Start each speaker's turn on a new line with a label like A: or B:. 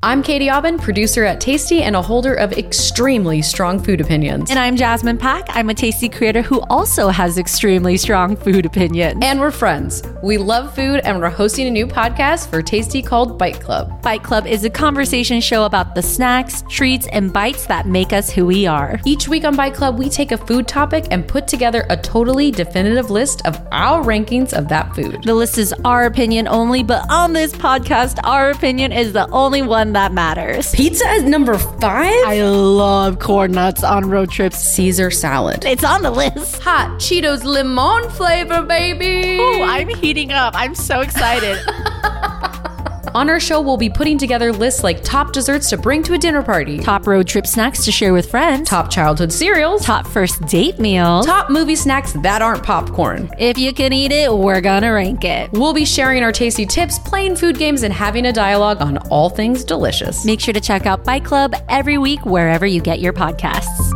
A: I'm Katie Aubin, producer at Tasty and a holder of extremely strong food opinions.
B: And I'm Jasmine Pack. I'm a Tasty creator who also has extremely strong food opinions.
A: And we're friends. We love food and we're hosting a new podcast for Tasty called Bite Club.
B: Bite Club is a conversation show about the snacks, treats, and bites that make us who we are.
A: Each week on Bite Club, we take a food topic and put together a totally definitive list of our rankings of that food.
B: The list is our opinion only, but on this podcast, our opinion is the only one that matters.
A: Pizza is number five?
B: I love corn nuts on road trips.
A: Caesar salad.
B: It's on the list.
A: Hot Cheetos limon flavor, baby.
B: Oh, I'm heating up. I'm so excited.
A: On our show, we'll be putting together lists like top desserts to bring to a dinner party,
B: Top road trip snacks to share with friends.
A: top childhood cereals,
B: Top first date meals.
A: top movie snacks that aren't popcorn.
B: If you can eat it, we're gonna rank it.
A: We'll be sharing our tasty tips, playing food games, and having a dialogue on all things delicious.
B: Make sure to check out Bite Club every week wherever you get your podcasts.